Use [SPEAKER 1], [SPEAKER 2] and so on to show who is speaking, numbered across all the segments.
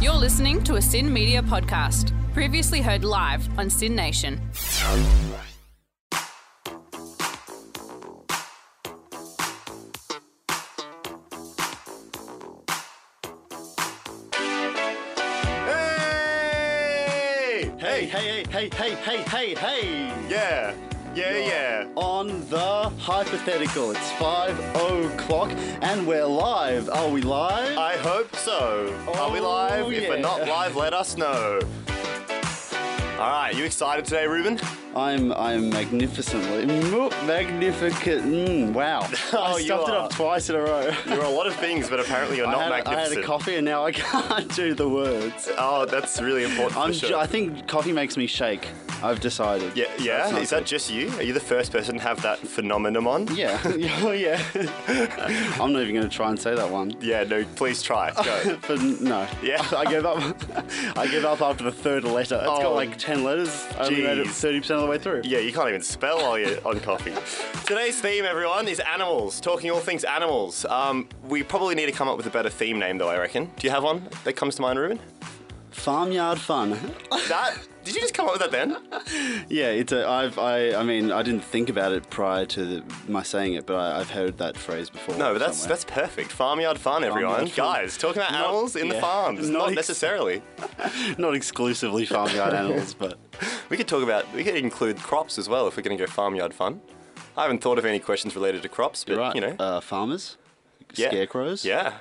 [SPEAKER 1] You're listening to a Sin Media podcast, previously heard live on Sin Nation.
[SPEAKER 2] Hey!
[SPEAKER 3] Hey, hey, hey, hey, hey, hey, hey, hey!
[SPEAKER 2] Yeah. Yeah, yeah.
[SPEAKER 3] On the hypothetical, it's 5 o'clock and we're live. Are we live?
[SPEAKER 2] I hope so. Are we
[SPEAKER 3] Oh,
[SPEAKER 2] live? If we're
[SPEAKER 3] yeah.
[SPEAKER 2] not live, let us know. All right, you excited today, Ruben?
[SPEAKER 3] I'm I'm magnificently. mo- Magnificent. Mm, wow.
[SPEAKER 2] Oh,
[SPEAKER 3] I
[SPEAKER 2] you
[SPEAKER 3] stuffed it
[SPEAKER 2] are.
[SPEAKER 3] up twice in a row.
[SPEAKER 2] You're a lot of things, but apparently you're
[SPEAKER 3] I,
[SPEAKER 2] not
[SPEAKER 3] had, I had
[SPEAKER 2] magnificent.
[SPEAKER 3] a coffee and now I can't do the words.
[SPEAKER 2] Oh, that's really important.
[SPEAKER 3] I'm
[SPEAKER 2] for sure.
[SPEAKER 3] ju- I think coffee makes me shake. I've decided.
[SPEAKER 2] yeah,
[SPEAKER 3] So
[SPEAKER 2] yeah.
[SPEAKER 3] it's not
[SPEAKER 2] Is that
[SPEAKER 3] good.
[SPEAKER 2] just you? Are you the first person to have that phenomenon on?
[SPEAKER 3] Yeah. oh, yeah. I'm not even going to try and say that one.
[SPEAKER 2] Yeah, no, please try. Go.
[SPEAKER 3] But n- no.
[SPEAKER 2] Yeah.
[SPEAKER 3] I gave up. I gave up after the third letter. It's
[SPEAKER 2] Oh,
[SPEAKER 3] got like 10 letters. I only made it
[SPEAKER 2] jeez.
[SPEAKER 3] 30% of the way through.
[SPEAKER 2] Yeah, you can't even spell while you're on coffee. Today's theme, everyone, is animals. Talking all things animals. Um, we probably need to come up with a better theme name, though. I reckon. Do you have one that comes to mind, Ruben?
[SPEAKER 3] Farmyard fun.
[SPEAKER 2] That? Did you just come up with that then?
[SPEAKER 3] yeah, it's a. I've. I. I mean, I didn't think about it prior to the, my saying it, but I, I've heard that phrase before.
[SPEAKER 2] No, but that's
[SPEAKER 3] somewhere.
[SPEAKER 2] that's perfect. Farmyard fun, everyone.
[SPEAKER 3] Farmyard fun.
[SPEAKER 2] Guys, talking about
[SPEAKER 3] Not-
[SPEAKER 2] animals in the
[SPEAKER 3] yeah.
[SPEAKER 2] farms,
[SPEAKER 3] Not
[SPEAKER 2] not,
[SPEAKER 3] ex-
[SPEAKER 2] necessarily.
[SPEAKER 3] not exclusively farmyard animals, but
[SPEAKER 2] We could talk about we could include crops as well if we're going to go farmyard fun. I haven't thought of any questions related to crops, but
[SPEAKER 3] you're right.
[SPEAKER 2] you know,
[SPEAKER 3] uh, farmers,
[SPEAKER 2] yeah.
[SPEAKER 3] scarecrows.
[SPEAKER 2] Yeah,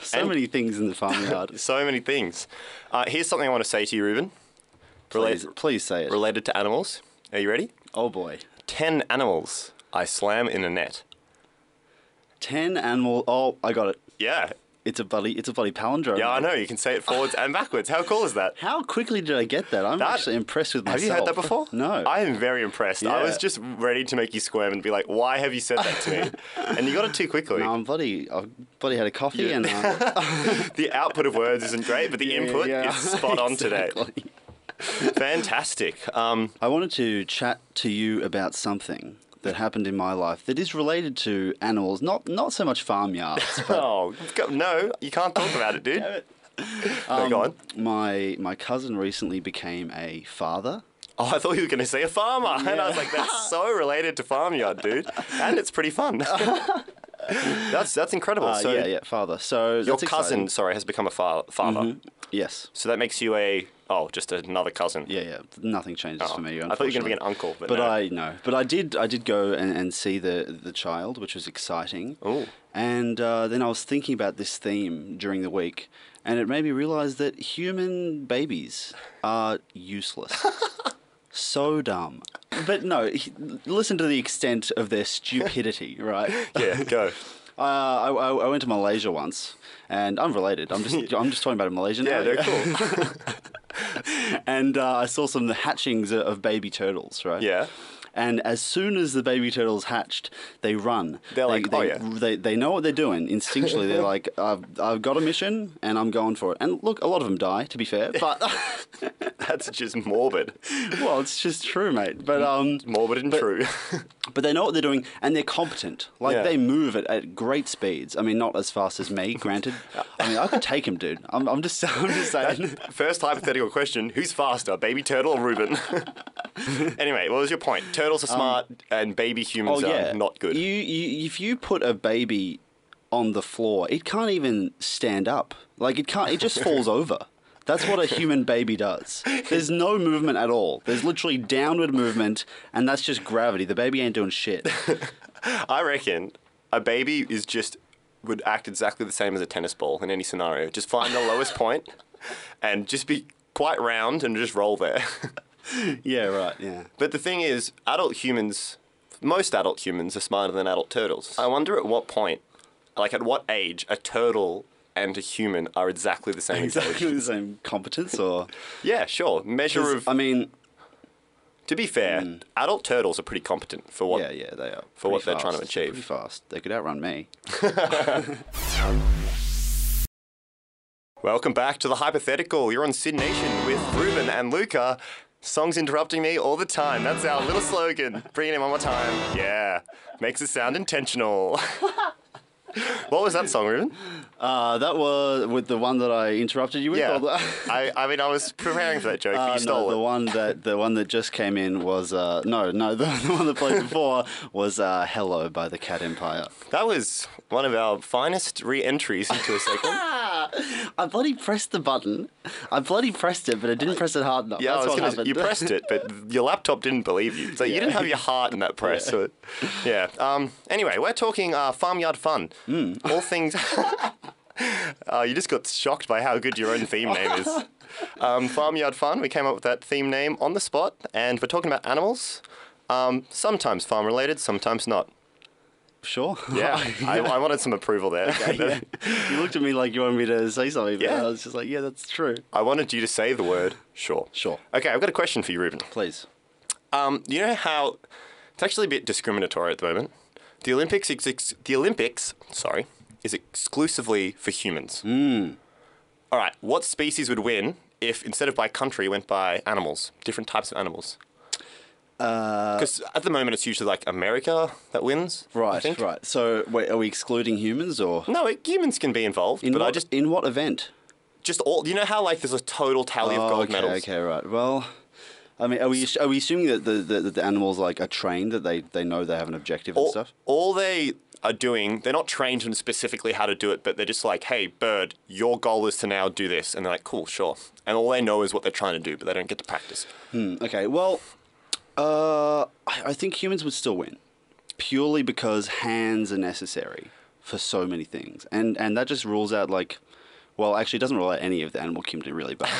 [SPEAKER 3] so
[SPEAKER 2] and-
[SPEAKER 3] many things in the farmyard.
[SPEAKER 2] so many things. Uh, here's something I want to say to you, Ruben.
[SPEAKER 3] please,
[SPEAKER 2] Relate-
[SPEAKER 3] please say it.
[SPEAKER 2] related to animals. Are you ready?
[SPEAKER 3] oh boy,
[SPEAKER 2] Ten animals I slam in a net.
[SPEAKER 3] ten animal. Oh, I got it.
[SPEAKER 2] Yeah.
[SPEAKER 3] It's a bloody. It's a bloody palindrome.
[SPEAKER 2] Yeah, I know. You can say it forwards and backwards. How cool is that?
[SPEAKER 3] How quickly did I get that? I'm
[SPEAKER 2] That-
[SPEAKER 3] actually impressed with myself.
[SPEAKER 2] Have you heard that before?
[SPEAKER 3] No.
[SPEAKER 2] I am very impressed. I
[SPEAKER 3] Yeah.
[SPEAKER 2] was just ready to make you squirm and be like, why have you said that to me? and you got it too quickly.
[SPEAKER 3] No, I'm Um, bloody. I've bloody had a coffee
[SPEAKER 2] Yeah.
[SPEAKER 3] and. Uh,
[SPEAKER 2] The output of words isn't great, but the input
[SPEAKER 3] yeah.
[SPEAKER 2] is spot on today.
[SPEAKER 3] Exactly.
[SPEAKER 2] Fantastic. Um,
[SPEAKER 3] I wanted to chat to you about something that happened in my life that is related to animals, not not so much farmyards.
[SPEAKER 2] oh, go- no, you can't talk about it, dude. no,
[SPEAKER 3] Um,
[SPEAKER 2] go on.
[SPEAKER 3] my my cousin recently became a father.
[SPEAKER 2] Oh, I thought you were going to say a farmer. And I was like, that's so related to farmyard, dude. And it's pretty fun. that's that's incredible.
[SPEAKER 3] Uh,
[SPEAKER 2] so
[SPEAKER 3] yeah, yeah, father. So
[SPEAKER 2] your
[SPEAKER 3] that's
[SPEAKER 2] cousin,
[SPEAKER 3] exciting. Mm-hmm.
[SPEAKER 2] sorry, has become a fa- father.
[SPEAKER 3] Yes.
[SPEAKER 2] So that makes you a, oh, just another cousin.
[SPEAKER 3] Yeah, yeah. Nothing changes
[SPEAKER 2] Oh,
[SPEAKER 3] for me.
[SPEAKER 2] I thought you were gonna be an
[SPEAKER 3] unfortunately.
[SPEAKER 2] uncle, but
[SPEAKER 3] but
[SPEAKER 2] no.
[SPEAKER 3] I no. But I did. I did go and, and see the the child, which was exciting.
[SPEAKER 2] Ooh.
[SPEAKER 3] And uh, then I was thinking about this theme during the week, and it made me realize that human babies are useless. so dumb. But no, he- listen to the extent of their stupidity, right?
[SPEAKER 2] Yeah, go.
[SPEAKER 3] Uh, I, I, I went to Malaysia once, and I'm related. I'm just I'm just talking about Malaysia now.
[SPEAKER 2] Yeah, they're cool.
[SPEAKER 3] and uh, I saw some of the hatchings o- of baby turtles, right?
[SPEAKER 2] Yeah.
[SPEAKER 3] And as soon as the baby turtles hatched, they run.
[SPEAKER 2] They're
[SPEAKER 3] They-
[SPEAKER 2] like,
[SPEAKER 3] they,
[SPEAKER 2] "Oh, yeah."
[SPEAKER 3] They, they know what they're doing instinctually. they're like, I've, I've got a mission and I'm going for it. And look, a lot of them die, to be fair. But,
[SPEAKER 2] That's just morbid.
[SPEAKER 3] well, it's just true, mate. But, um,
[SPEAKER 2] Morbid and true.
[SPEAKER 3] but they know what they're doing and they're competent. Like
[SPEAKER 2] Yeah.
[SPEAKER 3] they move at, at great speeds. I mean, not as fast as me, granted. I mean, I could take him, dude. I'm, I'm just, I'm just saying.
[SPEAKER 2] First hypothetical question Who's faster, baby turtle or Ruben? anyway, what was your point? Turtles are smart and baby humans are not good.
[SPEAKER 3] Um, Oh, You, you, if you put a baby on the floor, it can't even stand up. Like it can't. It just falls over. That's what a human baby does. There's no movement at all. There's literally downward movement, and that's just gravity. The baby ain't doing shit.
[SPEAKER 2] I reckon a baby is just would act exactly the same as a tennis ball in any scenario. Just find the lowest point and just be quite round and just roll there.
[SPEAKER 3] yeah, right. Yeah.
[SPEAKER 2] but the thing is, adult humans, most adult humans are smarter than adult turtles. I wonder at what point, like at what age, a turtle and a human are exactly the same. as age.
[SPEAKER 3] Exactly the same competence, or
[SPEAKER 2] Yeah, sure. Measure of.
[SPEAKER 3] I mean,
[SPEAKER 2] to be fair, adult turtles are pretty competent for what.
[SPEAKER 3] Hmm. yeah, yeah, they are
[SPEAKER 2] For what
[SPEAKER 3] pretty
[SPEAKER 2] they're trying to
[SPEAKER 3] fast,
[SPEAKER 2] achieve.
[SPEAKER 3] Pretty fast. They could outrun me.
[SPEAKER 2] Welcome back to the hypothetical. You're on Sin Nation with Ruben and Luca. Songs interrupting me all the time. That's our little slogan. Bringing it one more time. Yeah, makes it sound intentional. What was that song, Ruben?
[SPEAKER 3] Uh, that was with the one that I interrupted you with.
[SPEAKER 2] Yeah.
[SPEAKER 3] or the-
[SPEAKER 2] I, I mean, I was preparing for that joke, but
[SPEAKER 3] Uh,
[SPEAKER 2] you stole
[SPEAKER 3] no, the
[SPEAKER 2] it.
[SPEAKER 3] one that the one that just came in was uh, no, no, the, the one that played before was uh, "Hello" by the Cat Empire.
[SPEAKER 2] That was one of our finest re entries into a segment.
[SPEAKER 3] I bloody pressed the button. I bloody pressed it, but I didn't press it hard enough.
[SPEAKER 2] Yeah, I
[SPEAKER 3] That's
[SPEAKER 2] was
[SPEAKER 3] what
[SPEAKER 2] gonna,
[SPEAKER 3] happened.
[SPEAKER 2] you pressed it, but your laptop didn't believe you. So you didn't have your heart in that press. So, yeah. Um, anyway, we're talking uh, farmyard fun.
[SPEAKER 3] Hmm.
[SPEAKER 2] All things. uh, you just got shocked by how good your own theme name is. Um, farmyard fun. We came up with that theme name on the spot, and we're talking about animals. Um, sometimes farm related, sometimes not.
[SPEAKER 3] sure.
[SPEAKER 2] Yeah, I, I wanted some approval there.
[SPEAKER 3] you looked at me like you wanted me to say something. But
[SPEAKER 2] Yeah.
[SPEAKER 3] I was just like, yeah, that's true.
[SPEAKER 2] I wanted you to say the word sure.
[SPEAKER 3] Sure.
[SPEAKER 2] Okay, I've got a question for you, Ruben.
[SPEAKER 3] Please.
[SPEAKER 2] Um, you know how it's actually a bit discriminatory at the moment. The Olympics, ex- ex- the Olympics, sorry, is exclusively for humans.
[SPEAKER 3] Hmm.
[SPEAKER 2] All right, what species would win if instead of by country went by animals, different types of animals?
[SPEAKER 3] Uh,
[SPEAKER 2] Because at the moment it's usually like America that wins. I
[SPEAKER 3] Right.
[SPEAKER 2] think.
[SPEAKER 3] Right. So, wait, are we excluding humans or?
[SPEAKER 2] No, it, humans can be involved,
[SPEAKER 3] In
[SPEAKER 2] but
[SPEAKER 3] what,
[SPEAKER 2] I just
[SPEAKER 3] in what event?
[SPEAKER 2] just all you know how like there's a total tally of
[SPEAKER 3] Oh,
[SPEAKER 2] gold
[SPEAKER 3] okay,
[SPEAKER 2] medals.
[SPEAKER 3] okay, right. Well, I mean, are we are we assuming that the, the, that the animals like are trained that they, they know they have an objective and
[SPEAKER 2] all,
[SPEAKER 3] stuff?
[SPEAKER 2] all they are doing, they're not trained in specifically how to do it, but they're just like, hey, bird, your goal is to now do this. And they're like, cool, sure. And all they know is what they're trying to do, but they don't get to practice.
[SPEAKER 3] Hmm, okay. Well, uh, I, I think humans would still win, purely because hands are necessary for so many things, and and that just rules out like. Well, actually, it doesn't rule out any of the animal kingdom, really, but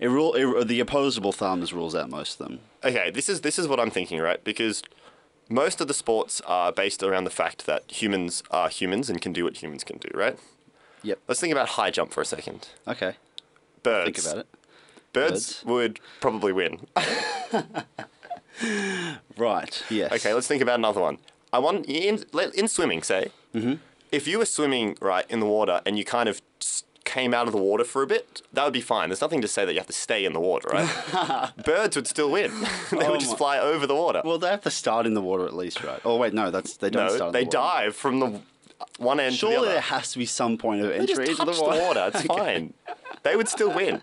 [SPEAKER 3] it rule it, the opposable thumbs rules out most of them.
[SPEAKER 2] Okay, this is, this is what I'm thinking, right? Because most of the sports are based around the fact that humans are humans and can do what humans can do, right?
[SPEAKER 3] Yep.
[SPEAKER 2] Let's think about high jump for a second.
[SPEAKER 3] Okay.
[SPEAKER 2] Birds.
[SPEAKER 3] Think about it.
[SPEAKER 2] Birds,
[SPEAKER 3] Birds.
[SPEAKER 2] would probably win.
[SPEAKER 3] Right. Yes.
[SPEAKER 2] Okay, let's think about another one. I want in let- in swimming, say,
[SPEAKER 3] Mm-hmm.
[SPEAKER 2] if you were swimming right in the water and you kind of s- came out of the water for a bit, that would be fine. There's nothing to say that you have to stay in the water, right? Birds would still win. they
[SPEAKER 3] Oh
[SPEAKER 2] would just
[SPEAKER 3] my-
[SPEAKER 2] fly over the water.
[SPEAKER 3] Well, they have to start in the water at least, right? Oh wait, no, that's they don't
[SPEAKER 2] no,
[SPEAKER 3] start. In
[SPEAKER 2] they
[SPEAKER 3] the water.
[SPEAKER 2] dive from the one end to the
[SPEAKER 3] Surely
[SPEAKER 2] other.
[SPEAKER 3] there has to be some point of
[SPEAKER 2] They
[SPEAKER 3] entry
[SPEAKER 2] just
[SPEAKER 3] into
[SPEAKER 2] touch
[SPEAKER 3] the water.
[SPEAKER 2] It's fine. They would still win.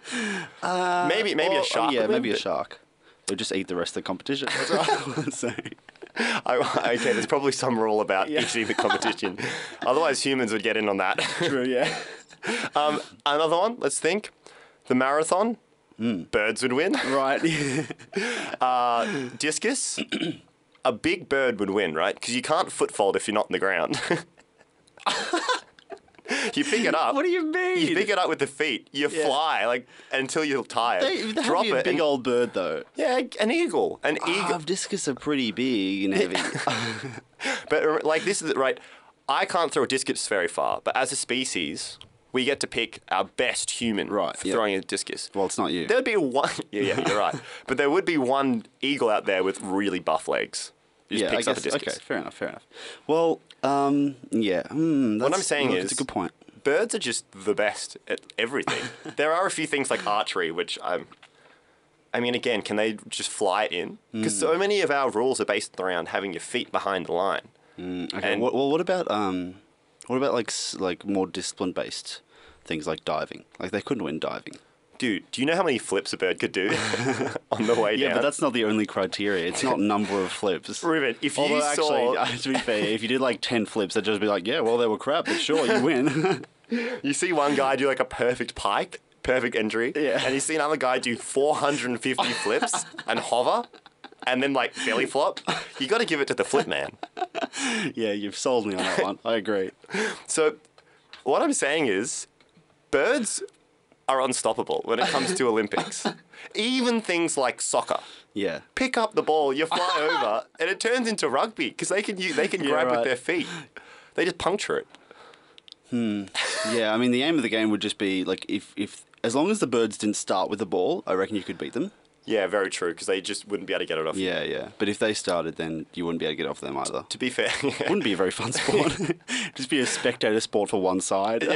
[SPEAKER 2] maybe maybe
[SPEAKER 3] Or-
[SPEAKER 2] a shark.
[SPEAKER 3] Uh, Oh, Yeah,
[SPEAKER 2] would win,
[SPEAKER 3] maybe a
[SPEAKER 2] but-
[SPEAKER 3] shark. They'll just eat the rest of the competition. That's what I was saying.
[SPEAKER 2] I, okay, there's probably some rule about
[SPEAKER 3] Yeah.
[SPEAKER 2] eating the competition. Otherwise, humans would get in on that.
[SPEAKER 3] True. Yeah.
[SPEAKER 2] Um, another one. Let's think. The marathon. Birds would win.
[SPEAKER 3] Right.
[SPEAKER 2] Discus. a big bird would win, right? Because you can't footfold if you're not in the ground. you pick it up.
[SPEAKER 3] what do you mean?
[SPEAKER 2] You pick it up with the feet. You
[SPEAKER 3] Yeah.
[SPEAKER 2] fly like until you're tired.
[SPEAKER 3] They, they
[SPEAKER 2] Drop
[SPEAKER 3] have to be a
[SPEAKER 2] it.
[SPEAKER 3] big
[SPEAKER 2] and-
[SPEAKER 3] old bird though.
[SPEAKER 2] yeah, an eagle. An eagle.
[SPEAKER 3] Ah, discus are pretty big and heavy.
[SPEAKER 2] But uh, like this is right. I can't throw a discus very far, but as a species, we get to pick our best human
[SPEAKER 3] Right,
[SPEAKER 2] for
[SPEAKER 3] yeah.
[SPEAKER 2] throwing a discus.
[SPEAKER 3] well, it's not you.
[SPEAKER 2] There'd be one. Yeah, yeah, you're right. But there would be one eagle out there with really buff legs. who Just
[SPEAKER 3] yeah,
[SPEAKER 2] picks
[SPEAKER 3] I
[SPEAKER 2] up a
[SPEAKER 3] guess.
[SPEAKER 2] discus.
[SPEAKER 3] okay, fair enough. Fair enough. Well, um, yeah. Mm,
[SPEAKER 2] What I'm
[SPEAKER 3] that's-
[SPEAKER 2] saying
[SPEAKER 3] look,
[SPEAKER 2] is,
[SPEAKER 3] it's a good point.
[SPEAKER 2] Birds are just the best at everything. there are a few things like archery, which I'm. I mean, again, can they just fly it in? Because
[SPEAKER 3] Mm.
[SPEAKER 2] so many of our rules are based around having your feet behind the line.
[SPEAKER 3] Okay.
[SPEAKER 2] And-
[SPEAKER 3] wh- well, what about um, what about like s- like more discipline based things like diving? Like they couldn't win diving.
[SPEAKER 2] Dude, do you know how many flips a bird could do on the way
[SPEAKER 3] Yeah,
[SPEAKER 2] down?
[SPEAKER 3] but that's not the only criteria. It's not number of flips.
[SPEAKER 2] Ruben, if you
[SPEAKER 3] Although actually,
[SPEAKER 2] saw-
[SPEAKER 3] uh, to be fair, if you did like ten flips, they'd just be like, yeah, well they were crap, but sure you win.
[SPEAKER 2] You see one guy do like a perfect pike, perfect entry,
[SPEAKER 3] Yeah.
[SPEAKER 2] and you see another guy do 450 flips and hover, and then like belly flop. You got to give it to the flip man.
[SPEAKER 3] yeah, you've sold me on that one. I agree.
[SPEAKER 2] So, what I'm saying is, birds are unstoppable when it comes to Olympics. Even things like soccer.
[SPEAKER 3] Yeah.
[SPEAKER 2] Pick up the ball, you fly over, and it turns into rugby because they can u- they can
[SPEAKER 3] Yeah,
[SPEAKER 2] grab with
[SPEAKER 3] right.
[SPEAKER 2] their feet. They just puncture it.
[SPEAKER 3] Yeah, I mean the aim of the game would just be like if if as long as the birds didn't start with the ball, I reckon you could beat them.
[SPEAKER 2] Yeah, very true because they just wouldn't be able to get it off.
[SPEAKER 3] Yeah, yeah. But if they started, then you wouldn't be able to get off them either.
[SPEAKER 2] To be fair, yeah.
[SPEAKER 3] Wouldn't be a very fun sport. just be a spectator sport for one side.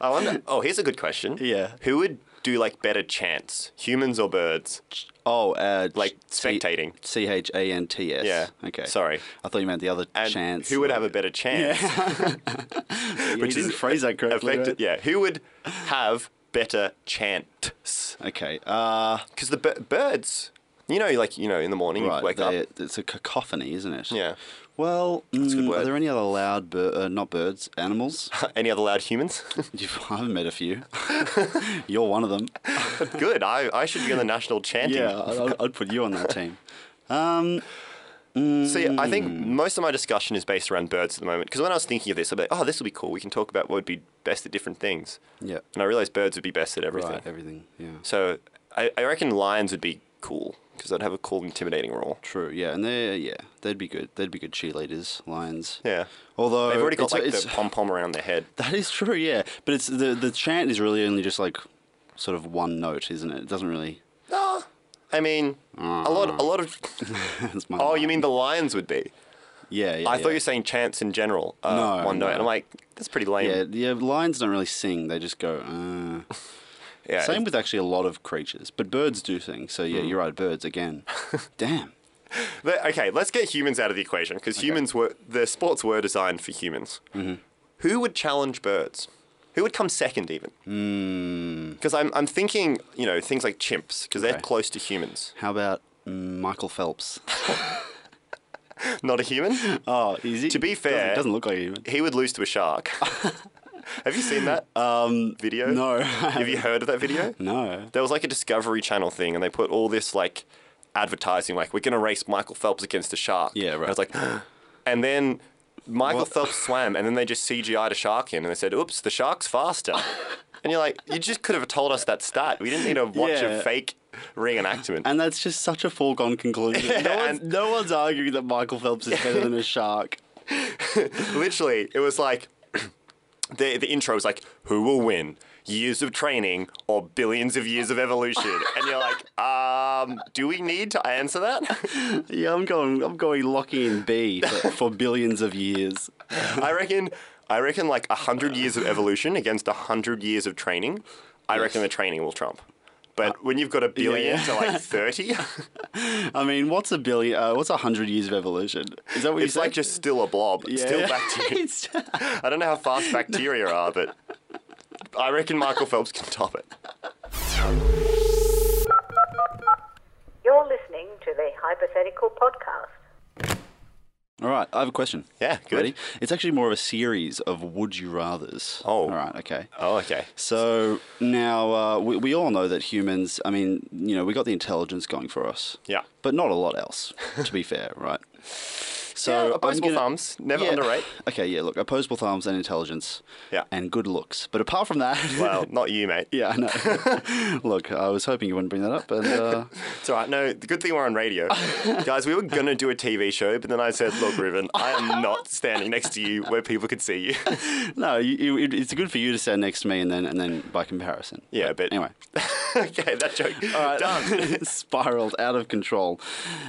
[SPEAKER 2] I wonder. Oh, here's a good question.
[SPEAKER 3] Yeah.
[SPEAKER 2] Who would do like better chants, humans or birds?
[SPEAKER 3] Oh, uh,
[SPEAKER 2] Like spectating.
[SPEAKER 3] C H A N T S.
[SPEAKER 2] Yeah.
[SPEAKER 3] Okay.
[SPEAKER 2] Sorry.
[SPEAKER 3] I thought you meant the other
[SPEAKER 2] And
[SPEAKER 3] chance.
[SPEAKER 2] who would have a better chance?
[SPEAKER 3] Which didn't phrase that correctly.
[SPEAKER 2] Effective,
[SPEAKER 3] right?
[SPEAKER 2] Yeah, who would have better chants?
[SPEAKER 3] Okay. Uh,
[SPEAKER 2] Because the b- birds, you know, like you know, in the morning, you
[SPEAKER 3] right.
[SPEAKER 2] wake
[SPEAKER 3] they-
[SPEAKER 2] up.
[SPEAKER 3] It's a cacophony, isn't it?
[SPEAKER 2] Yeah.
[SPEAKER 3] Well,
[SPEAKER 2] a good
[SPEAKER 3] mm, are
[SPEAKER 2] word.
[SPEAKER 3] there any other loud, bir- uh, not birds, animals?
[SPEAKER 2] Any other loud humans?
[SPEAKER 3] You've, I've met a few. You're one of them.
[SPEAKER 2] Good. I, I should be on the national chanting.
[SPEAKER 3] Yeah, I- I'd, I'd put you on that team.
[SPEAKER 2] See, I think
[SPEAKER 3] Hmm.
[SPEAKER 2] most of my discussion is based around birds at the moment. Because when I was thinking of this, I'm like, oh, this will be cool. We can talk about what would be best at different things.
[SPEAKER 3] Yeah.
[SPEAKER 2] And I realized birds would be best at everything.
[SPEAKER 3] Right, everything. Yeah.
[SPEAKER 2] So I, I reckon lions would be cool because they'd have a cool, intimidating roar.
[SPEAKER 3] True. Yeah, and they are yeah they'd be good. They'd be good cheerleaders, lions.
[SPEAKER 2] Yeah.
[SPEAKER 3] Although
[SPEAKER 2] They've already got
[SPEAKER 3] it's,
[SPEAKER 2] like
[SPEAKER 3] it's,
[SPEAKER 2] the pom pom around their head.
[SPEAKER 3] that is true. Yeah, but it's the the chant is really only just like sort of one note, isn't it? It doesn't really.
[SPEAKER 2] Ah, I mean, a lot, a lot of.
[SPEAKER 3] it's my
[SPEAKER 2] Oh,
[SPEAKER 3] line.
[SPEAKER 2] you mean the lions would be?
[SPEAKER 3] Yeah. yeah
[SPEAKER 2] I
[SPEAKER 3] yeah.
[SPEAKER 2] thought you were saying chants in general. Uh,
[SPEAKER 3] No,
[SPEAKER 2] one note.
[SPEAKER 3] no.
[SPEAKER 2] And I'm like, that's pretty lame.
[SPEAKER 3] Yeah, yeah. Lions don't really sing; they just go. Uh.
[SPEAKER 2] Yeah,
[SPEAKER 3] Same with actually a lot of creatures, but birds do sing. So yeah, you're right. Birds again. Damn.
[SPEAKER 2] But, okay, let's get humans out of the equation because humans were the sports were designed for humans.
[SPEAKER 3] Mm-hmm.
[SPEAKER 2] Who would challenge birds? Who would come second even? Because I'm, I'm thinking, you know, things like chimps because they're
[SPEAKER 3] Hmm. Okay.
[SPEAKER 2] close to humans.
[SPEAKER 3] How about mm, Michael Phelps?
[SPEAKER 2] Not a human.
[SPEAKER 3] Oh, is he?
[SPEAKER 2] To be
[SPEAKER 3] doesn't-
[SPEAKER 2] fair-
[SPEAKER 3] doesn't, look like a human.
[SPEAKER 2] he would lose to a shark. Have you seen that um, video?
[SPEAKER 3] No.
[SPEAKER 2] Have you heard of that video?
[SPEAKER 3] no.
[SPEAKER 2] There was like a Discovery Channel thing, and they put all this like advertising, like we're gonna race Michael Phelps against a shark.
[SPEAKER 3] Yeah,
[SPEAKER 2] And I
[SPEAKER 3] right.
[SPEAKER 2] was like, and then Michael
[SPEAKER 3] What?
[SPEAKER 2] Phelps swam, and then they just CGI'd a shark in, and they said, "Oops, the shark's faster." and you're like, you just could have told us that stat. We didn't need to watch
[SPEAKER 3] Yeah.
[SPEAKER 2] a fake reenactment.
[SPEAKER 3] And that's just such a foregone conclusion. no,
[SPEAKER 2] Yeah,
[SPEAKER 3] one's,
[SPEAKER 2] and-
[SPEAKER 3] no one's arguing that Michael Phelps is better than a shark.
[SPEAKER 2] Literally, it was like the the intro was like, "Who will win? Years of training or billions of years of evolution?" and you're like, "Um, do we need to answer that?"
[SPEAKER 3] Yeah, I'm going. I'm going locking in B for, for billions of years.
[SPEAKER 2] I reckon, I reckon like hundred years of evolution against hundred years of training. I reckon the training will trump. But when you've got a billion
[SPEAKER 3] Uh, yeah.
[SPEAKER 2] to like thirty,
[SPEAKER 3] I mean, what's a billion? Uh, what's a hundred years of evolution? Is that what you
[SPEAKER 2] it's
[SPEAKER 3] said?
[SPEAKER 2] like just still a blob,
[SPEAKER 3] Yeah.
[SPEAKER 2] still bacteria.
[SPEAKER 3] It's-
[SPEAKER 2] I don't know how fast bacteria are, but I reckon Michael Phelps can top it.
[SPEAKER 4] You're listening to the Hypothetical Podcast.
[SPEAKER 3] All right, I have a question.
[SPEAKER 2] Yeah, good.
[SPEAKER 3] Ready? It's actually more of a series of would you rather's.
[SPEAKER 2] Oh.
[SPEAKER 3] All right. Okay.
[SPEAKER 2] Oh, okay.
[SPEAKER 3] So now uh, we, we all know that humans, I mean, you know, we got the intelligence going for us.
[SPEAKER 2] Yeah.
[SPEAKER 3] But not a lot else, to be fair, right? So
[SPEAKER 2] Yeah,
[SPEAKER 3] I'm
[SPEAKER 2] opposable
[SPEAKER 3] gonna-
[SPEAKER 2] thumbs, never underrate.
[SPEAKER 3] Okay, yeah, look, opposable thumbs and intelligence.
[SPEAKER 2] Yeah.
[SPEAKER 3] And good looks. But apart from that.
[SPEAKER 2] Well, not you, mate.
[SPEAKER 3] yeah, I know. look, I was hoping you wouldn't bring that up. And uh,
[SPEAKER 2] It's all right. No, the good thing we're on radio. Guys, we were going to do a TV show, but then I said, look, Ruben, I am not standing next to you where people could see you.
[SPEAKER 3] no, you, you, it- it's good for you to stand next to me and then, and then by comparison.
[SPEAKER 2] Yeah, but-
[SPEAKER 3] Anyway.
[SPEAKER 2] okay, that joke. Done.
[SPEAKER 3] spiraled out of control.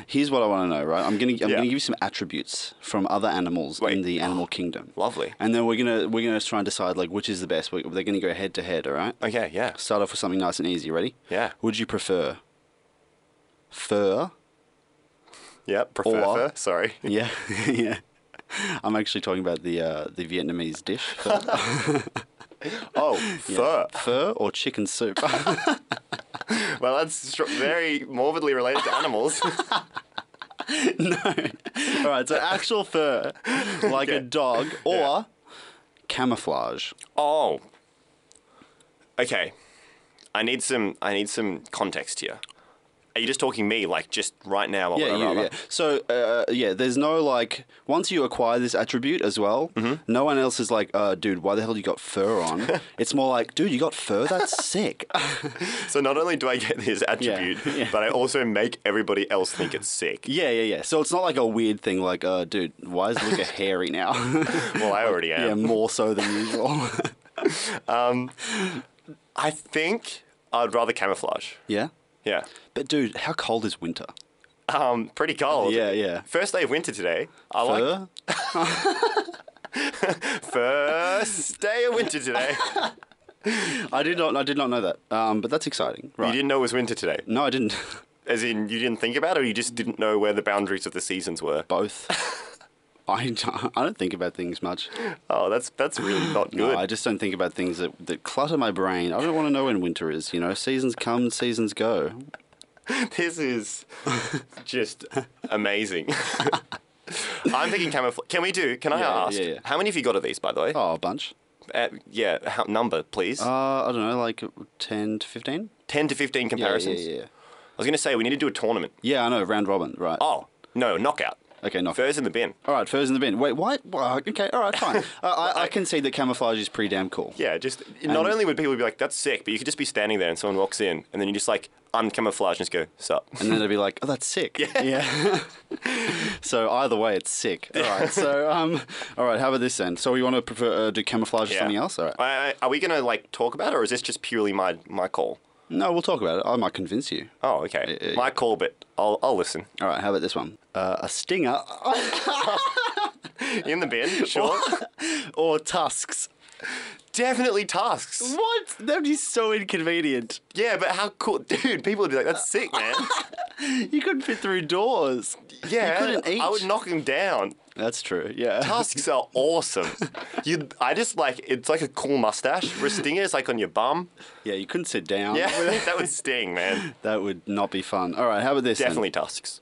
[SPEAKER 3] Here's what I want to know, right? I'm gonna I'm
[SPEAKER 2] Yeah.
[SPEAKER 3] gonna give you some attributes from other animals in
[SPEAKER 2] Wait.
[SPEAKER 3] the animal kingdom.
[SPEAKER 2] Lovely.
[SPEAKER 3] And then we're gonna we're gonna try and decide like which is the best. We- They're gonna go head to head. All right.
[SPEAKER 2] Okay, yeah.
[SPEAKER 3] Start off with something nice and easy. Ready?
[SPEAKER 2] Yeah.
[SPEAKER 3] Would you prefer fur?
[SPEAKER 2] Yep, prefer
[SPEAKER 3] Or-
[SPEAKER 2] fur. Sorry.
[SPEAKER 3] Yeah, yeah. I'm actually talking about the uh, the Vietnamese dish. Fur,
[SPEAKER 2] Oh, fur.
[SPEAKER 3] fur or chicken soup?
[SPEAKER 2] Well, that's str- very morbidly related to animals.
[SPEAKER 3] All right, so actual fur, like a
[SPEAKER 2] Okay.
[SPEAKER 3] dog, or
[SPEAKER 2] Yeah.
[SPEAKER 3] camouflage.
[SPEAKER 2] oh. Okay. I need some I need some context here. Are you just talking me like just right now what
[SPEAKER 3] Yeah,
[SPEAKER 2] would I
[SPEAKER 3] you,
[SPEAKER 2] rather?
[SPEAKER 3] yeah. So uh, yeah, there's no like once you acquire this attribute as well,
[SPEAKER 2] Mm-hmm.
[SPEAKER 3] no one else is like, uh, dude, why the hell you got fur on? it's more like, dude, you got fur. That's sick.
[SPEAKER 2] So not only do I get this attribute,
[SPEAKER 3] yeah.
[SPEAKER 2] but I also make everybody else think it's sick.
[SPEAKER 3] yeah, yeah, yeah. So it's not like a weird thing like, uh, dude, why is Luca hairy now?
[SPEAKER 2] Well, I already
[SPEAKER 3] yeah,
[SPEAKER 2] am.
[SPEAKER 3] more so than usual.
[SPEAKER 2] I think I'd rather camouflage.
[SPEAKER 3] yeah,
[SPEAKER 2] Yeah.
[SPEAKER 3] but dude, how cold is winter?
[SPEAKER 2] Um, pretty cold.
[SPEAKER 3] Yeah, yeah.
[SPEAKER 2] First day of winter today. I like
[SPEAKER 3] Fur.
[SPEAKER 2] first day of winter today.
[SPEAKER 3] I did not. I did not know that. Um, but that's exciting. Right?
[SPEAKER 2] You didn't know it was winter today.
[SPEAKER 3] No, I didn't.
[SPEAKER 2] As in, you didn't think about it, or you just didn't know where the boundaries of the seasons were.
[SPEAKER 3] Both. I, I don't think about things much.
[SPEAKER 2] Oh, that's that's really not
[SPEAKER 3] No,
[SPEAKER 2] good.
[SPEAKER 3] I just don't think about things that, that clutter my brain. I don't want to know when winter is. You know, seasons come, seasons go.
[SPEAKER 2] This is just amazing. I'm thinking camouflage. Can we do? Can I
[SPEAKER 3] Yeah,
[SPEAKER 2] ask?
[SPEAKER 3] yeah, yeah.
[SPEAKER 2] How many have you got of these, by the way?
[SPEAKER 3] Oh, a bunch.
[SPEAKER 2] Uh, yeah, how, number, please.
[SPEAKER 3] Uh, I don't know, like ten to fifteen.
[SPEAKER 2] 10 to 15 comparisons.
[SPEAKER 3] Yeah, yeah, yeah.
[SPEAKER 2] I was going to say, we need to do a tournament.
[SPEAKER 3] Yeah, I know. Round robin, right?
[SPEAKER 2] Oh, no, knockout.
[SPEAKER 3] Okay, knockout.
[SPEAKER 2] Furs in the bin.
[SPEAKER 3] All right, furs in the bin. Wait, what? Well, okay, all right, fine. uh, I, I can see that camouflage is pretty damn cool.
[SPEAKER 2] Yeah, just not only would people be like, that's sick, but you could just be standing there and someone walks in and then you just like uncamouflage and just go, sup.
[SPEAKER 3] And then it'd be like, oh, that's sick. Yeah. so either way, it's sick. All right. So um, all right. How about this then? So we want to prefer uh, do camouflage or something else? All right.
[SPEAKER 2] I, I- are we going to like talk about it or is this just purely my, my call?
[SPEAKER 3] No, we'll talk about it. I might convince you.
[SPEAKER 2] Oh, okay.
[SPEAKER 3] yeah, yeah.
[SPEAKER 2] my call, but I'll, I'll listen.
[SPEAKER 3] All right. How about this one? Uh, a stinger
[SPEAKER 2] In the bin, sure.
[SPEAKER 3] or tusks?
[SPEAKER 2] Definitely tasks.
[SPEAKER 3] What? That'd be so inconvenient.
[SPEAKER 2] Yeah, but how cool, dude? People would be like, "That's
[SPEAKER 3] Uh,
[SPEAKER 2] sick, man."
[SPEAKER 3] You couldn't fit through doors.
[SPEAKER 2] Yeah,
[SPEAKER 3] You couldn't eat.
[SPEAKER 2] I would knock them down.
[SPEAKER 3] That's true. Yeah.
[SPEAKER 2] Tusks are awesome. You, I just like it's like a cool mustache. Where a stinger is like on your bum.
[SPEAKER 3] Yeah. You couldn't sit down.
[SPEAKER 2] Yeah, that would sting, man.
[SPEAKER 3] That would not be fun. All right. How about this? then?
[SPEAKER 2] Definitely tusks.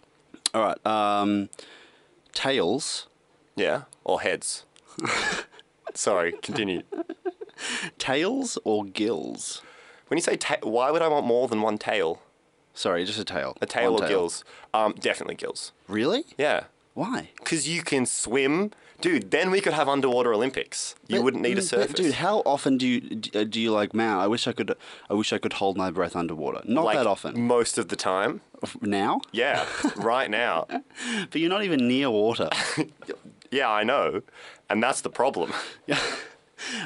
[SPEAKER 3] All right. Um, tails.
[SPEAKER 2] Yeah, or heads. Sorry, continue.
[SPEAKER 3] Tails or gills?
[SPEAKER 2] When you say ta- why would I want more than one tail?
[SPEAKER 3] Sorry, just a tail.
[SPEAKER 2] A tail
[SPEAKER 3] One
[SPEAKER 2] or gills? Um, definitely gills.
[SPEAKER 3] Really?
[SPEAKER 2] Yeah,
[SPEAKER 3] Why?
[SPEAKER 2] because you can swim, dude. Then we could have underwater Olympics. You
[SPEAKER 3] But-
[SPEAKER 2] wouldn't need a
[SPEAKER 3] but,
[SPEAKER 2] surface.
[SPEAKER 3] dude. How often do you d- uh, do you like? Man, I wish I could. I wish I could hold my breath underwater. Not
[SPEAKER 2] like
[SPEAKER 3] that often.
[SPEAKER 2] Most of the time.
[SPEAKER 3] now,
[SPEAKER 2] Yeah, right now.
[SPEAKER 3] but you're not even near water.
[SPEAKER 2] Yeah, I know. And that's the problem.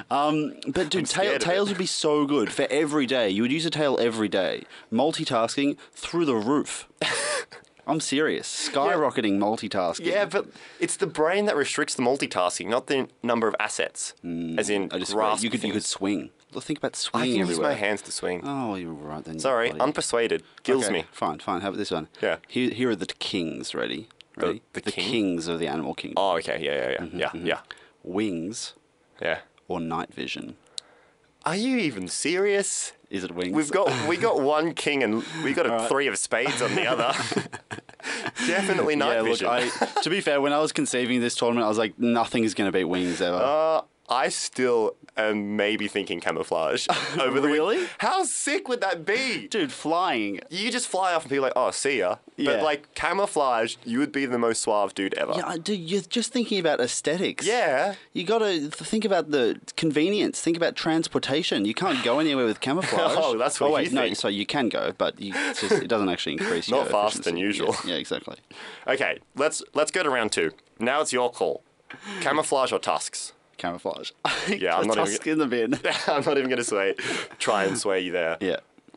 [SPEAKER 3] But dude, tail,
[SPEAKER 2] scared of it.
[SPEAKER 3] tails would be so good for every day. You would use a tail every day. Multitasking through the roof. I'm serious. Skyrocketing multitasking.
[SPEAKER 2] Yeah, but it's the brain that restricts the multitasking, not the number of assets. Mm, as in,
[SPEAKER 3] I just
[SPEAKER 2] grasp
[SPEAKER 3] you could you could
[SPEAKER 2] things.
[SPEAKER 3] swing. Well, Think about
[SPEAKER 2] I
[SPEAKER 3] swinging
[SPEAKER 2] can use
[SPEAKER 3] everywhere.
[SPEAKER 2] my hands to swing.
[SPEAKER 3] Oh, you're right then. you
[SPEAKER 2] Sorry,
[SPEAKER 3] bloody-
[SPEAKER 2] unpersuaded. Kills
[SPEAKER 3] Okay,
[SPEAKER 2] me.
[SPEAKER 3] Fine, fine. How about this one?
[SPEAKER 2] Yeah.
[SPEAKER 3] Here, here are the t- kings. Ready?
[SPEAKER 2] The-
[SPEAKER 3] Ready?
[SPEAKER 2] the king?
[SPEAKER 3] kings of the animal kingdom.
[SPEAKER 2] Oh, okay. Yeah, yeah, yeah.
[SPEAKER 3] Mm-hmm,
[SPEAKER 2] yeah, yeah.
[SPEAKER 3] Wings
[SPEAKER 2] Yeah.
[SPEAKER 3] or night vision?
[SPEAKER 2] Are you even serious?
[SPEAKER 3] Is it wings?
[SPEAKER 2] We've got we got one king and we got a three of spades on the other. Definitely night
[SPEAKER 3] yeah,
[SPEAKER 2] vision.
[SPEAKER 3] look. I, to be fair, when I was conceiving this tournament, I was like, nothing is going to beat wings ever.
[SPEAKER 2] Uh, I still am maybe thinking camouflage over the
[SPEAKER 3] Really?
[SPEAKER 2] week. How sick would that be?
[SPEAKER 3] Dude, flying.
[SPEAKER 2] You just fly off and be like, "Oh, see ya."
[SPEAKER 3] Yeah.
[SPEAKER 2] But like camouflage, you would be the most suave dude ever.
[SPEAKER 3] Yeah, dude, you're just thinking about aesthetics.
[SPEAKER 2] Yeah.
[SPEAKER 3] You got to think about the convenience. Think about transportation. You can't go anywhere with camouflage.
[SPEAKER 2] Oh, that's what
[SPEAKER 3] oh, wait,
[SPEAKER 2] you
[SPEAKER 3] no,
[SPEAKER 2] think.
[SPEAKER 3] so you can go, but you, it's just, it doesn't actually increase
[SPEAKER 2] Not
[SPEAKER 3] your
[SPEAKER 2] faster than
[SPEAKER 3] efficiency.
[SPEAKER 2] usual.
[SPEAKER 3] Yeah, yeah, exactly.
[SPEAKER 2] Okay, let's let's go to round two. Now it's your call. Camouflage or tusks?
[SPEAKER 3] Camouflage.
[SPEAKER 2] Yeah, I'm
[SPEAKER 3] A
[SPEAKER 2] not even-
[SPEAKER 3] tusk in the bin.
[SPEAKER 2] I'm not even gonna sway. Try and sway you there.
[SPEAKER 3] yeah.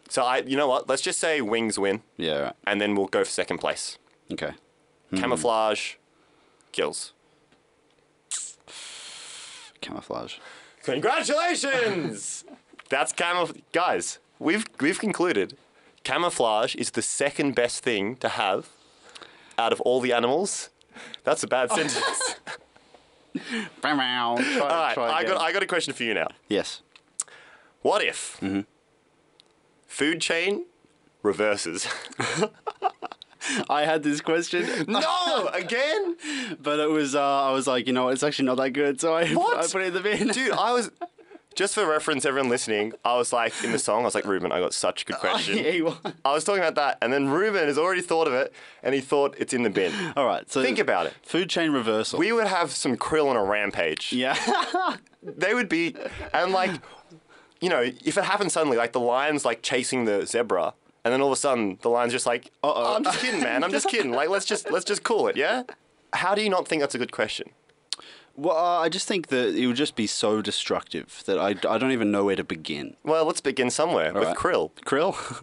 [SPEAKER 2] So I, you know what? Let's just say wings win,
[SPEAKER 3] Yeah, right.
[SPEAKER 2] and then we'll go for second place.
[SPEAKER 3] Okay. Hmm.
[SPEAKER 2] Camouflage, kills.
[SPEAKER 3] Camouflage.
[SPEAKER 2] Congratulations! That's camouflage. Guys, we've we've concluded camouflage is the second best thing to have out of all the animals. That's a
[SPEAKER 3] Oh,
[SPEAKER 2] bad sentence.
[SPEAKER 3] Bow, bow. Try-
[SPEAKER 2] all right,
[SPEAKER 3] try
[SPEAKER 2] I
[SPEAKER 3] again.
[SPEAKER 2] got I got a question for you now.
[SPEAKER 3] Yes.
[SPEAKER 2] What if
[SPEAKER 3] Mm-hmm.
[SPEAKER 2] food chain reverses?
[SPEAKER 3] I had this question,
[SPEAKER 2] no, again,
[SPEAKER 3] but it was, uh, I was like, you know what, it's actually not that good, so I,
[SPEAKER 2] What?
[SPEAKER 3] I put it in the bin.
[SPEAKER 2] dude. I was just for reference, everyone listening. I was like in the song, I was like, Ruben, I got such a good question.
[SPEAKER 3] Oh, Yeah, he was.
[SPEAKER 2] I was talking about that, and then Ruben has already thought of it, and he thought it's in the bin.
[SPEAKER 3] All right, so
[SPEAKER 2] Think about it.
[SPEAKER 3] Food chain reversal.
[SPEAKER 2] We would have some krill on a rampage.
[SPEAKER 3] yeah.
[SPEAKER 2] They would be, and like, you know, if it happened suddenly, like the lion's like chasing the zebra, and then all of a sudden the lion's just like, oh, oh I'm just kidding, man. I'm just kidding. Like, let's just let's just call it, yeah. How do you not think that's a good question?
[SPEAKER 3] well, uh, I just think that it would just be so destructive that I, I don't even know where to begin.
[SPEAKER 2] Well, let's begin somewhere with
[SPEAKER 3] right.
[SPEAKER 2] krill,
[SPEAKER 3] Krill?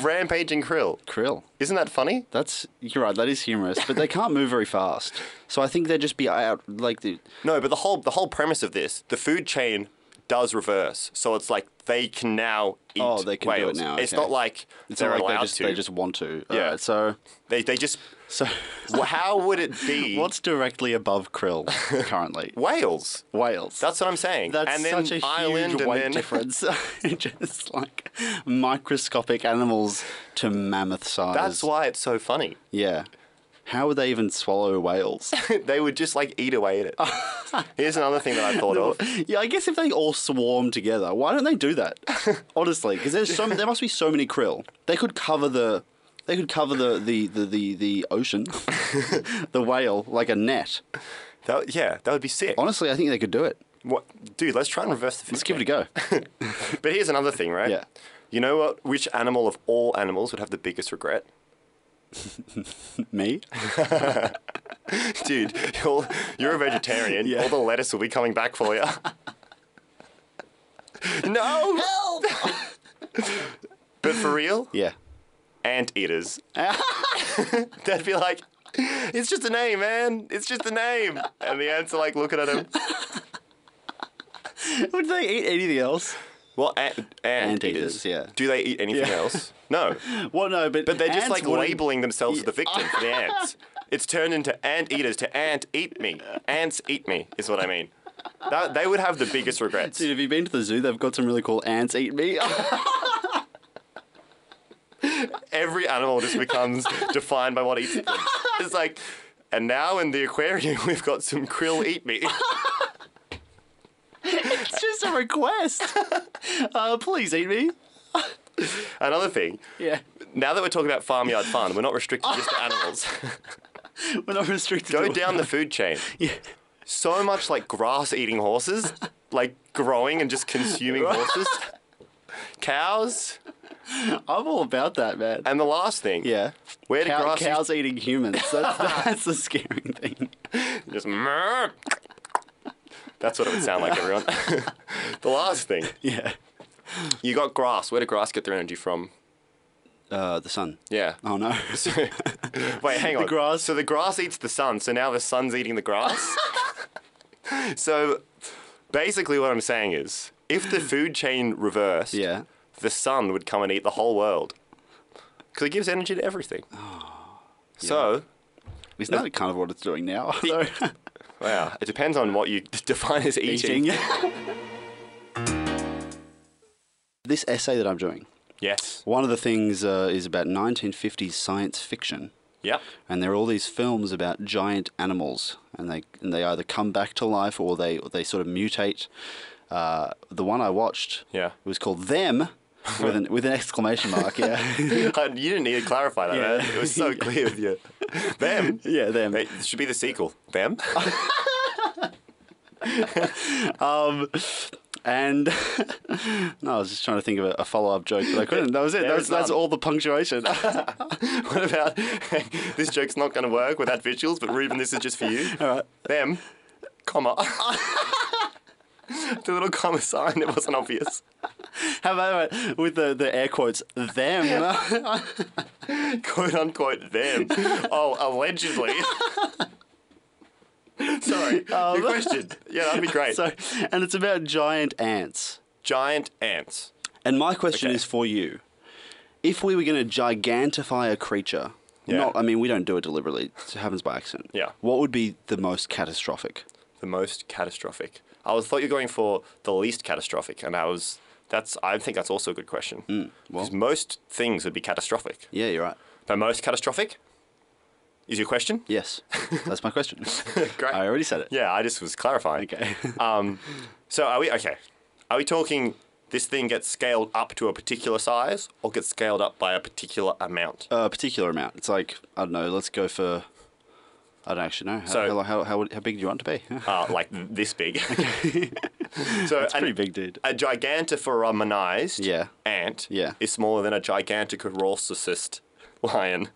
[SPEAKER 2] rampaging krill.
[SPEAKER 3] Krill.
[SPEAKER 2] Isn't that funny?
[SPEAKER 3] That's you're right. That is humorous, but they can't move very fast. So I think they'd just be out like the
[SPEAKER 2] No, but the whole the whole premise of this, the food chain does reverse. So it's like they can now eat
[SPEAKER 3] Oh, they can do it
[SPEAKER 2] whales.
[SPEAKER 3] now,
[SPEAKER 2] It's
[SPEAKER 3] okay.
[SPEAKER 2] not like
[SPEAKER 3] It's
[SPEAKER 2] they're
[SPEAKER 3] not like
[SPEAKER 2] allowed
[SPEAKER 3] they just,
[SPEAKER 2] to.
[SPEAKER 3] they just want to.
[SPEAKER 2] Yeah.
[SPEAKER 3] Alright, so
[SPEAKER 2] they, they just.
[SPEAKER 3] so
[SPEAKER 2] Well, how would it be?
[SPEAKER 3] what's directly above krill currently?
[SPEAKER 2] whales?
[SPEAKER 3] Whales.
[SPEAKER 2] That's what I'm saying.
[SPEAKER 3] That's
[SPEAKER 2] and then
[SPEAKER 3] such a huge
[SPEAKER 2] island and
[SPEAKER 3] weight
[SPEAKER 2] then
[SPEAKER 3] difference. just like microscopic animals to mammoth size.
[SPEAKER 2] that's why it's so funny.
[SPEAKER 3] Yeah. How would they even swallow whales?
[SPEAKER 2] they would just like eat away at it. Here's another thing that I thought of.
[SPEAKER 3] yeah, I guess if they all swarm together, why don't they do that? Honestly, because there's so there must be so many krill. They could cover the they could cover the the the the, the ocean, the whale like a net.
[SPEAKER 2] That, yeah, that would be sick.
[SPEAKER 3] Honestly, I think they could do it.
[SPEAKER 2] What, dude, let's try and reverse the
[SPEAKER 3] Let's give it a go.
[SPEAKER 2] But here's another thing, right?
[SPEAKER 3] Yeah.
[SPEAKER 2] You know what? Which animal of all animals would have the biggest regret?
[SPEAKER 3] Me?
[SPEAKER 2] Dude, you're, you're a vegetarian.
[SPEAKER 3] Yeah.
[SPEAKER 2] All the lettuce will be coming back for you. no! Help! but for real,
[SPEAKER 3] Yeah.
[SPEAKER 2] anteaters. They'd be like, it's just a name, man. It's just a name. And the ants are like looking at him.
[SPEAKER 3] Would they eat anything else?
[SPEAKER 2] Well, ant- anteaters.
[SPEAKER 3] Anteaters, yeah.
[SPEAKER 2] Do they eat anything else? No.
[SPEAKER 3] Well, no, but
[SPEAKER 2] But they're just
[SPEAKER 3] ants
[SPEAKER 2] like
[SPEAKER 3] wouldn't-
[SPEAKER 2] labeling themselves as the victim for the ants. It's turned into ant eaters to ant eat me. Ants eat me is what I mean. That, they would have the biggest regrets.
[SPEAKER 3] Dude, have you been to the zoo? They've got some really cool ants eat me.
[SPEAKER 2] Every animal just becomes defined by what eats them. It's like, and now in the aquarium we've got some krill eat me.
[SPEAKER 3] it's just a request. uh, please eat me.
[SPEAKER 2] Another thing.
[SPEAKER 3] Yeah.
[SPEAKER 2] Now that we're talking about farmyard fun, we're not restricted just to animals.
[SPEAKER 3] We're not restricted.
[SPEAKER 2] Go
[SPEAKER 3] to-
[SPEAKER 2] down the food chain.
[SPEAKER 3] Yeah.
[SPEAKER 2] So much like grass eating horses, like growing and just consuming horses. Cows.
[SPEAKER 3] I'm all about that, man.
[SPEAKER 2] And the last thing.
[SPEAKER 3] Yeah.
[SPEAKER 2] Where did
[SPEAKER 3] Cow-
[SPEAKER 2] grass used-
[SPEAKER 3] cows eating humans. That's, that's the scaring thing.
[SPEAKER 2] Just "Mrrr." That's what it would sound like, everyone. the last thing.
[SPEAKER 3] Yeah.
[SPEAKER 2] You got grass. Where did grass get their energy from?
[SPEAKER 3] Uh, the sun.
[SPEAKER 2] Yeah.
[SPEAKER 3] Oh no.
[SPEAKER 2] So- wait, hang on.
[SPEAKER 3] grass-
[SPEAKER 2] So the grass eats the sun, so now the sun's eating the grass. so basically what I'm saying is if the food chain reversed,
[SPEAKER 3] Yeah.
[SPEAKER 2] the sun would come and eat the whole world. Because it gives energy to everything.
[SPEAKER 3] Oh.
[SPEAKER 2] So,
[SPEAKER 3] Isn't that kind of what it's doing now? Though?
[SPEAKER 2] wow, it depends on what you define as eating.
[SPEAKER 3] Eating. this essay that I'm doing.
[SPEAKER 2] Yes.
[SPEAKER 3] One of the things uh, is about 1950s science fiction.
[SPEAKER 2] Yep.
[SPEAKER 3] and there are all these films about giant animals, and they and they either come back to life or they or they sort of mutate. Uh, the one I watched,
[SPEAKER 2] Yeah.
[SPEAKER 3] was called Them, with an with an exclamation mark, yeah,
[SPEAKER 2] Uh, you didn't need to clarify that.
[SPEAKER 3] Yeah.
[SPEAKER 2] Man. It was so clear with you. Them.
[SPEAKER 3] yeah, them.
[SPEAKER 2] It should be the sequel. Them.
[SPEAKER 3] And no, I was just trying to think of a, a follow up joke, but I couldn't. That was it.
[SPEAKER 2] There
[SPEAKER 3] That was,
[SPEAKER 2] is
[SPEAKER 3] that's
[SPEAKER 2] none.
[SPEAKER 3] all the punctuation. all
[SPEAKER 2] what about this joke's not going to work without visuals? But Ruben, this is just for you. All right. Them, comma. the little comma sign. It wasn't obvious.
[SPEAKER 3] How about it with the, the air quotes? Them.
[SPEAKER 2] Quote unquote them. Oh, allegedly. Sorry. your question. Yeah, that'd be great.
[SPEAKER 3] so, and it's about giant ants.
[SPEAKER 2] Giant ants.
[SPEAKER 3] And my question
[SPEAKER 2] Okay.
[SPEAKER 3] is for you. If we were going to gigantify a creature,
[SPEAKER 2] Yeah.
[SPEAKER 3] not I mean we don't do it deliberately. It happens by accident.
[SPEAKER 2] Yeah.
[SPEAKER 3] What would be the most catastrophic?
[SPEAKER 2] the most catastrophic? I was thought you were going for the least catastrophic, and I was that's I think that's also a good question because most things would be catastrophic,
[SPEAKER 3] Yeah, you're right.
[SPEAKER 2] but most catastrophic is your question.
[SPEAKER 3] Yes. That's my question.
[SPEAKER 2] Great.
[SPEAKER 3] I already said it.
[SPEAKER 2] Yeah, I just was clarifying.
[SPEAKER 3] Okay.
[SPEAKER 2] So are we okay? Are we talking this thing gets scaled up to a particular size or gets scaled up by a particular amount?
[SPEAKER 3] A particular amount. It's like I don't know, let's go for I don't actually know. How
[SPEAKER 2] So-
[SPEAKER 3] how, how, how, how big do you want it to be?
[SPEAKER 2] Uh, like this big. so
[SPEAKER 3] It's
[SPEAKER 2] an-
[SPEAKER 3] pretty big, dude.
[SPEAKER 2] A gigantiforminized
[SPEAKER 3] Yeah.
[SPEAKER 2] ant
[SPEAKER 3] Yeah.
[SPEAKER 2] is smaller than a giganticorolsicist lion.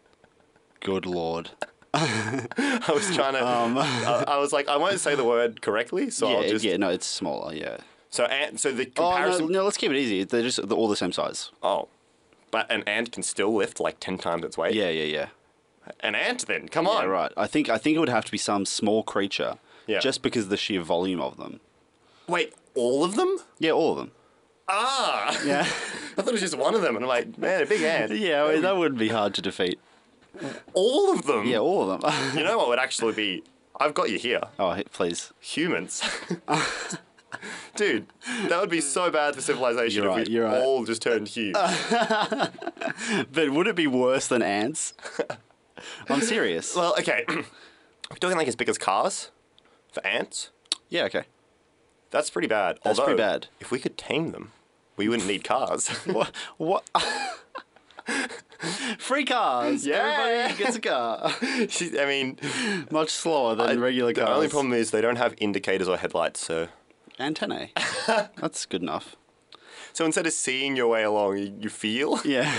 [SPEAKER 3] Good lord.
[SPEAKER 2] I was trying to. I, I was like, I won't say the word correctly, so
[SPEAKER 3] Um, yeah,
[SPEAKER 2] I'll just.
[SPEAKER 3] yeah, no, it's smaller, yeah.
[SPEAKER 2] So ant. So the
[SPEAKER 3] Oh,
[SPEAKER 2] comparison.
[SPEAKER 3] no, no, let's keep it easy. They're just they're all the same size.
[SPEAKER 2] Oh, but an ant can still lift like ten times its weight.
[SPEAKER 3] Yeah, yeah, yeah.
[SPEAKER 2] An ant, then come
[SPEAKER 3] Yeah,
[SPEAKER 2] on.
[SPEAKER 3] right. I think I think it would have to be some small creature.
[SPEAKER 2] Yeah.
[SPEAKER 3] Just because of the sheer volume of them.
[SPEAKER 2] Wait, all of them?
[SPEAKER 3] Yeah, all of them.
[SPEAKER 2] Ah!
[SPEAKER 3] Yeah.
[SPEAKER 2] I thought it was just one of them, and I'm like, man, a big ad.
[SPEAKER 3] yeah, I mean, that wouldn't be hard to defeat.
[SPEAKER 2] All of them?
[SPEAKER 3] Yeah, all of them.
[SPEAKER 2] You know what would actually be? I've got you here.
[SPEAKER 3] oh, hey, please.
[SPEAKER 2] Humans. Dude, that would be so bad for civilization
[SPEAKER 3] You're
[SPEAKER 2] if
[SPEAKER 3] right,
[SPEAKER 2] we
[SPEAKER 3] you're right. Uh.
[SPEAKER 2] all just turned huge.
[SPEAKER 3] But would it be worse than ants? I'm serious.
[SPEAKER 2] well, okay. We're talking like as big as cars for ants.
[SPEAKER 3] yeah, okay.
[SPEAKER 2] That's pretty bad.
[SPEAKER 3] That's
[SPEAKER 2] Although,
[SPEAKER 3] pretty bad.
[SPEAKER 2] If we could tame them, we wouldn't need cars.
[SPEAKER 3] What? What? Free cars.
[SPEAKER 2] Yeah.
[SPEAKER 3] Everybody gets a car.
[SPEAKER 2] I mean,
[SPEAKER 3] Much slower than regular
[SPEAKER 2] the
[SPEAKER 3] cars.
[SPEAKER 2] only problem is they don't have indicators or headlights, so.
[SPEAKER 3] Antennae. That's good enough.
[SPEAKER 2] So instead of seeing your way along, you, you feel.
[SPEAKER 3] Yeah.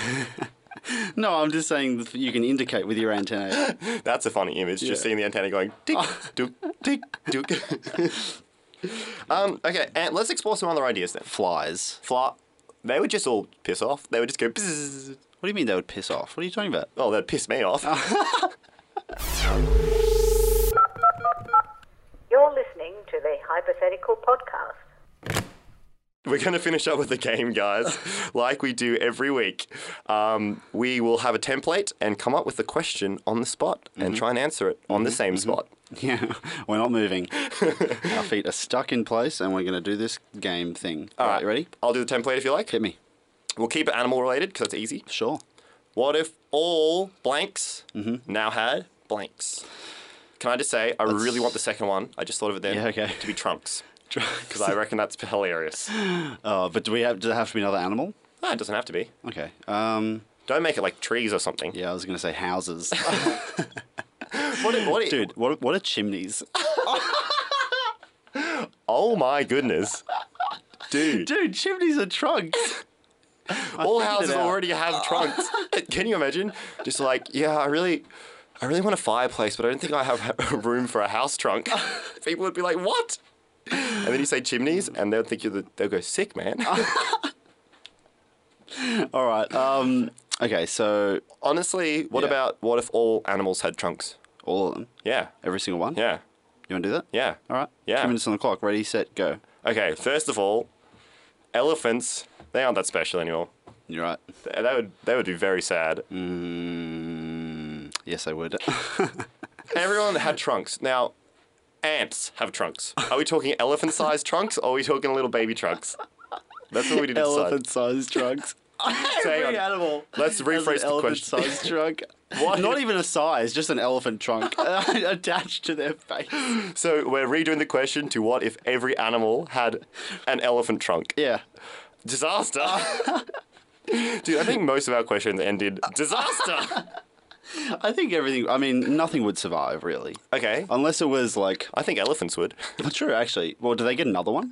[SPEAKER 3] no, I'm just saying that you can indicate with your antennae.
[SPEAKER 2] That's a funny image,
[SPEAKER 3] Yeah. Ah.
[SPEAKER 2] just seeing the antenna going tick, dook, tick, dook. um, okay, and let's explore some other ideas then.
[SPEAKER 3] Flies.
[SPEAKER 2] Fly, they would just all piss off. They would just go bzzz.
[SPEAKER 3] What do you mean they would piss off? What are you talking about?
[SPEAKER 2] Oh, that'd piss me off.
[SPEAKER 3] Ah.
[SPEAKER 4] You're listening to the Hypothetical Podcast.
[SPEAKER 2] We're going to finish up with the game, guys, like we do every week. Um, we will have a template and come up with the question on the spot
[SPEAKER 3] Mm-hmm.
[SPEAKER 2] and try and answer it on the same spot.
[SPEAKER 3] Yeah, we're not moving. Our feet are stuck in place, and we're going to do this game thing. All right, you ready?
[SPEAKER 2] I'll do the template if you like.
[SPEAKER 3] Hit me.
[SPEAKER 2] We'll keep it animal related because it's easy.
[SPEAKER 3] Sure.
[SPEAKER 2] What if all blanks
[SPEAKER 3] Mm-hmm.
[SPEAKER 2] now had blanks? Can I just say, I really want the second one. I just thought of it then
[SPEAKER 3] Yeah, okay.
[SPEAKER 2] to be trunks. Because I reckon that's hilarious.
[SPEAKER 3] Uh, but do we have? Does it have to be another animal?
[SPEAKER 2] Ah, it doesn't have to be.
[SPEAKER 3] Okay. Um.
[SPEAKER 2] Don't make it like trees or something.
[SPEAKER 3] Yeah, I was going to say houses.
[SPEAKER 2] What, if- what if-
[SPEAKER 3] Dude, what what are chimneys?
[SPEAKER 2] Oh my goodness. Dude,
[SPEAKER 3] Dude, chimneys are trunks.
[SPEAKER 2] all
[SPEAKER 3] figured
[SPEAKER 2] houses
[SPEAKER 3] it out.
[SPEAKER 2] already have trunks. Can you imagine? Just like, yeah, I really I really want a fireplace, but I don't think I have room for a house trunk. People would be like, "What?" And then you say chimneys, and they'll think you're the, they'll go sick, man.
[SPEAKER 3] All right. Um. Okay, so
[SPEAKER 2] Honestly, what
[SPEAKER 3] Yeah.
[SPEAKER 2] about what if all animals had trunks?
[SPEAKER 3] all of them,
[SPEAKER 2] Yeah.
[SPEAKER 3] every single one.
[SPEAKER 2] Yeah.
[SPEAKER 3] You want to do that?
[SPEAKER 2] Yeah.
[SPEAKER 3] All right.
[SPEAKER 2] Yeah.
[SPEAKER 3] Two minutes on the clock. Ready, set, go.
[SPEAKER 2] Okay, first of all, elephants, they aren't that special anymore.
[SPEAKER 3] You're right.
[SPEAKER 2] Th- That would that would be very sad.
[SPEAKER 3] Mm, yes, I would.
[SPEAKER 2] Everyone had trunks. Now, ants have trunks. Are we talking elephant-sized trunks, or are we talking little baby trunks? That's what we need to decide.
[SPEAKER 3] Elephant-sized trunks.
[SPEAKER 2] Hang on.
[SPEAKER 3] Every animal.
[SPEAKER 2] Let's rephrase the question.
[SPEAKER 3] Elephant-sized trunk.
[SPEAKER 2] Why-
[SPEAKER 3] Not even a size, just an elephant trunk attached to their face.
[SPEAKER 2] So we're redoing the question to what if every animal had an elephant trunk?
[SPEAKER 3] Yeah.
[SPEAKER 2] Disaster. Dude, I think most of our questions ended disaster.
[SPEAKER 3] I think everything. I mean, nothing would survive really,
[SPEAKER 2] Okay.
[SPEAKER 3] unless it was like.
[SPEAKER 2] I think elephants would.
[SPEAKER 3] Not true, actually. Well, do they get another one?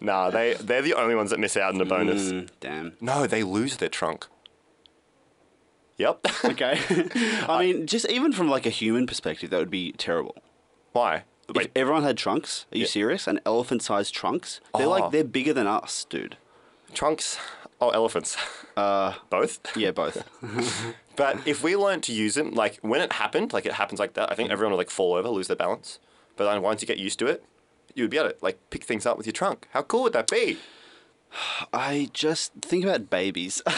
[SPEAKER 2] Nah, they they're the only ones that miss out on the bonus.
[SPEAKER 3] Hmm. Damn.
[SPEAKER 2] No, they lose their trunk. Yep.
[SPEAKER 3] Okay. I mean, just even from like a human perspective, that would be terrible.
[SPEAKER 2] Why?
[SPEAKER 3] If everyone had trunks, are you serious? And elephant-sized trunks? They're
[SPEAKER 2] Oh.
[SPEAKER 3] like they're bigger than us, dude.
[SPEAKER 2] Trunks or elephants? Uh, both.
[SPEAKER 3] Yeah, both.
[SPEAKER 2] But if we learn to use them, like when it happened, like it happens like that, I
[SPEAKER 3] Mm-hmm.
[SPEAKER 2] think everyone would like fall over, lose their balance. But then once you get used to it, you would be able to like pick things up with your trunk. How cool would that be?
[SPEAKER 3] I just think about babies.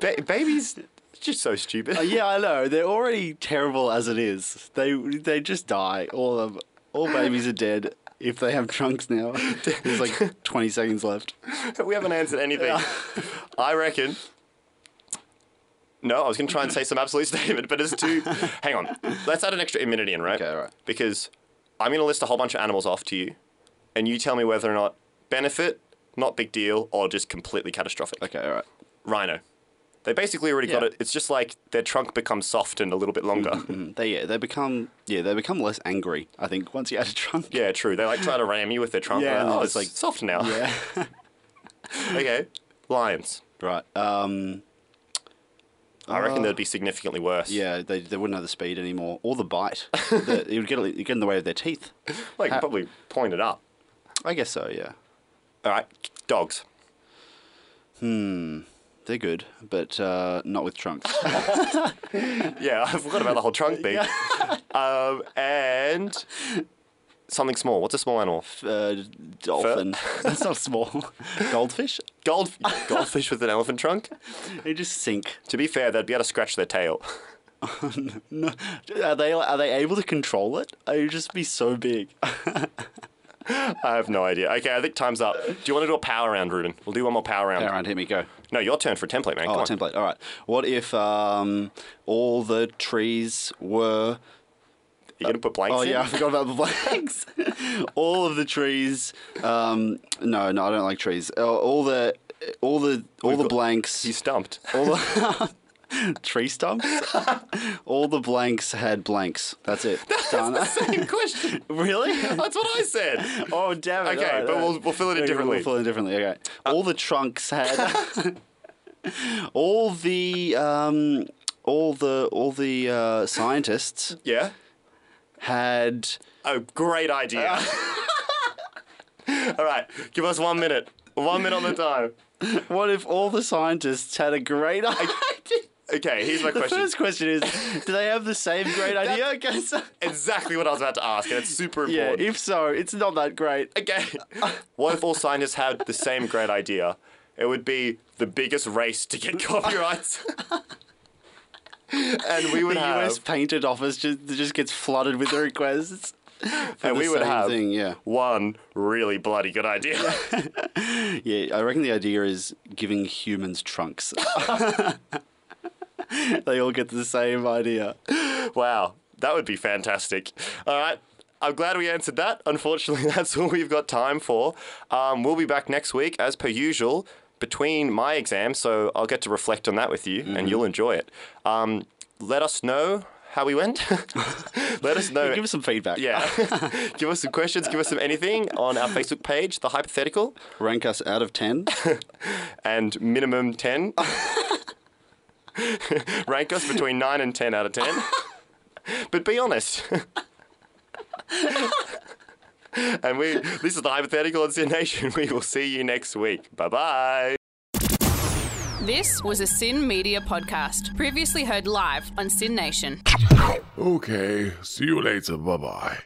[SPEAKER 2] Ba- babies, just so stupid.
[SPEAKER 3] Uh, yeah, I know. They're already terrible as it is. They they just die. All of them. All babies are dead if they have trunks now. There's like 20 seconds left.
[SPEAKER 2] we haven't answered anything. I reckon. No, I was going to try and say some absolute statement, but it's too. Hang on. Let's add an extra minute in, right?
[SPEAKER 3] Okay, all right.
[SPEAKER 2] Because I'm going to list a whole bunch of animals off to you, and you tell me whether or not benefit, not big deal, or just completely catastrophic.
[SPEAKER 3] Okay, all right.
[SPEAKER 2] Rhino. They basically already got
[SPEAKER 3] Yeah.
[SPEAKER 2] it. It's just like their trunk becomes soft and a little bit longer.
[SPEAKER 3] Mm, They yeah, they become yeah, they become less angry, I think, once you add a trunk.
[SPEAKER 2] yeah, true. They like try to ram you with their trunk.
[SPEAKER 3] Yeah,
[SPEAKER 2] Yeah,
[SPEAKER 3] and
[SPEAKER 2] oh,
[SPEAKER 3] it's
[SPEAKER 2] it's like
[SPEAKER 3] like-
[SPEAKER 2] soft now.
[SPEAKER 3] Yeah.
[SPEAKER 2] okay. Lions.
[SPEAKER 3] right. Um
[SPEAKER 2] I reckon they'd be significantly worse.
[SPEAKER 3] Uh, yeah, they, they wouldn't have the speed anymore or the bite. The- it would get it'd get in the way of their teeth.
[SPEAKER 2] Like probably point it up.
[SPEAKER 3] I guess so, yeah.
[SPEAKER 2] All right, dogs.
[SPEAKER 3] They're good, but uh, not with trunks.
[SPEAKER 2] Yeah, I forgot about the whole trunk thing. um, and Something small. What's a small animal?
[SPEAKER 3] Uh, dolphin. That's not small. Goldfish?
[SPEAKER 2] Gold goldfish with an elephant trunk.
[SPEAKER 3] They just sink.
[SPEAKER 2] To be fair, they'd be able to scratch their tail.
[SPEAKER 3] No, are they are they able to control it? It would just be so big.
[SPEAKER 2] I have no idea. Okay, I think time's up. Do you want to do a power round, Ruben? We'll do one more power round.
[SPEAKER 3] All right, here we go.
[SPEAKER 2] No, your turn for a template, man.
[SPEAKER 3] Oh,
[SPEAKER 2] Come on.
[SPEAKER 3] template. All right. What if um, all the trees were?
[SPEAKER 2] You're gonna put blanks
[SPEAKER 3] Oh
[SPEAKER 2] in?
[SPEAKER 3] yeah, I forgot about the blanks. all of the trees. Um, no, no, I don't like trees. Uh, all the, all the, all the
[SPEAKER 2] got-
[SPEAKER 3] blanks.
[SPEAKER 2] You stumped.
[SPEAKER 3] all the tree stumps. all the blanks had blanks. That's it. Done.
[SPEAKER 2] Same question.
[SPEAKER 3] really?
[SPEAKER 2] That's what I said.
[SPEAKER 3] Oh damn it!
[SPEAKER 2] Okay,
[SPEAKER 3] All right,
[SPEAKER 2] but
[SPEAKER 3] all right.
[SPEAKER 2] we'll- we'll fill it in
[SPEAKER 3] Okay,
[SPEAKER 2] differently. Uh,
[SPEAKER 3] We'll fill it in differently. Okay. all the trunks had all the um, all the all the uh, scientists
[SPEAKER 2] Yeah.
[SPEAKER 3] had.
[SPEAKER 2] Oh, great idea.
[SPEAKER 3] Uh.
[SPEAKER 2] All right, give us one minute. One minute on the time.
[SPEAKER 3] What if all the scientists had a great idea?
[SPEAKER 2] Okay, here's my
[SPEAKER 3] The
[SPEAKER 2] question.
[SPEAKER 3] first question is, do they have the same great idea? Okay, so,
[SPEAKER 2] Exactly what I was about to ask, and it's super
[SPEAKER 3] yeah.
[SPEAKER 2] important.
[SPEAKER 3] If so, it's not that great.
[SPEAKER 2] Okay. What if all scientists had the same great idea? It would be the biggest race to get copyrights. and we would
[SPEAKER 3] the
[SPEAKER 2] have,
[SPEAKER 3] U.S. Patent Office just just gets flooded with requests. for
[SPEAKER 2] and
[SPEAKER 3] the
[SPEAKER 2] we would
[SPEAKER 3] same
[SPEAKER 2] have
[SPEAKER 3] thing, yeah.
[SPEAKER 2] one really bloody good idea.
[SPEAKER 3] Yeah, I reckon the idea is giving humans trunks. they all get the same idea.
[SPEAKER 2] wow, that would be fantastic. All right. I'm glad we answered that. Unfortunately, that's all we've got time for. Um, we'll be back next week, as per usual, between my exams, so I'll get to reflect on that with you,
[SPEAKER 3] Mm-hmm.
[SPEAKER 2] and you'll enjoy it. Um, let us know how we went. let us know.
[SPEAKER 3] Give us some feedback.
[SPEAKER 2] Yeah. give us some questions, give us some anything on our Facebook page, The Hypothetical,
[SPEAKER 3] Rank us out of 10.
[SPEAKER 2] and minimum 10. Rank us between 9 and 10 out of 10. but be honest. and we this is The Hypothetical on Sin Nation. We will see you next week. Bye-bye.
[SPEAKER 1] This was a Sin Media podcast, previously heard live on Sin Nation.
[SPEAKER 5] Okay, see you later. Bye bye.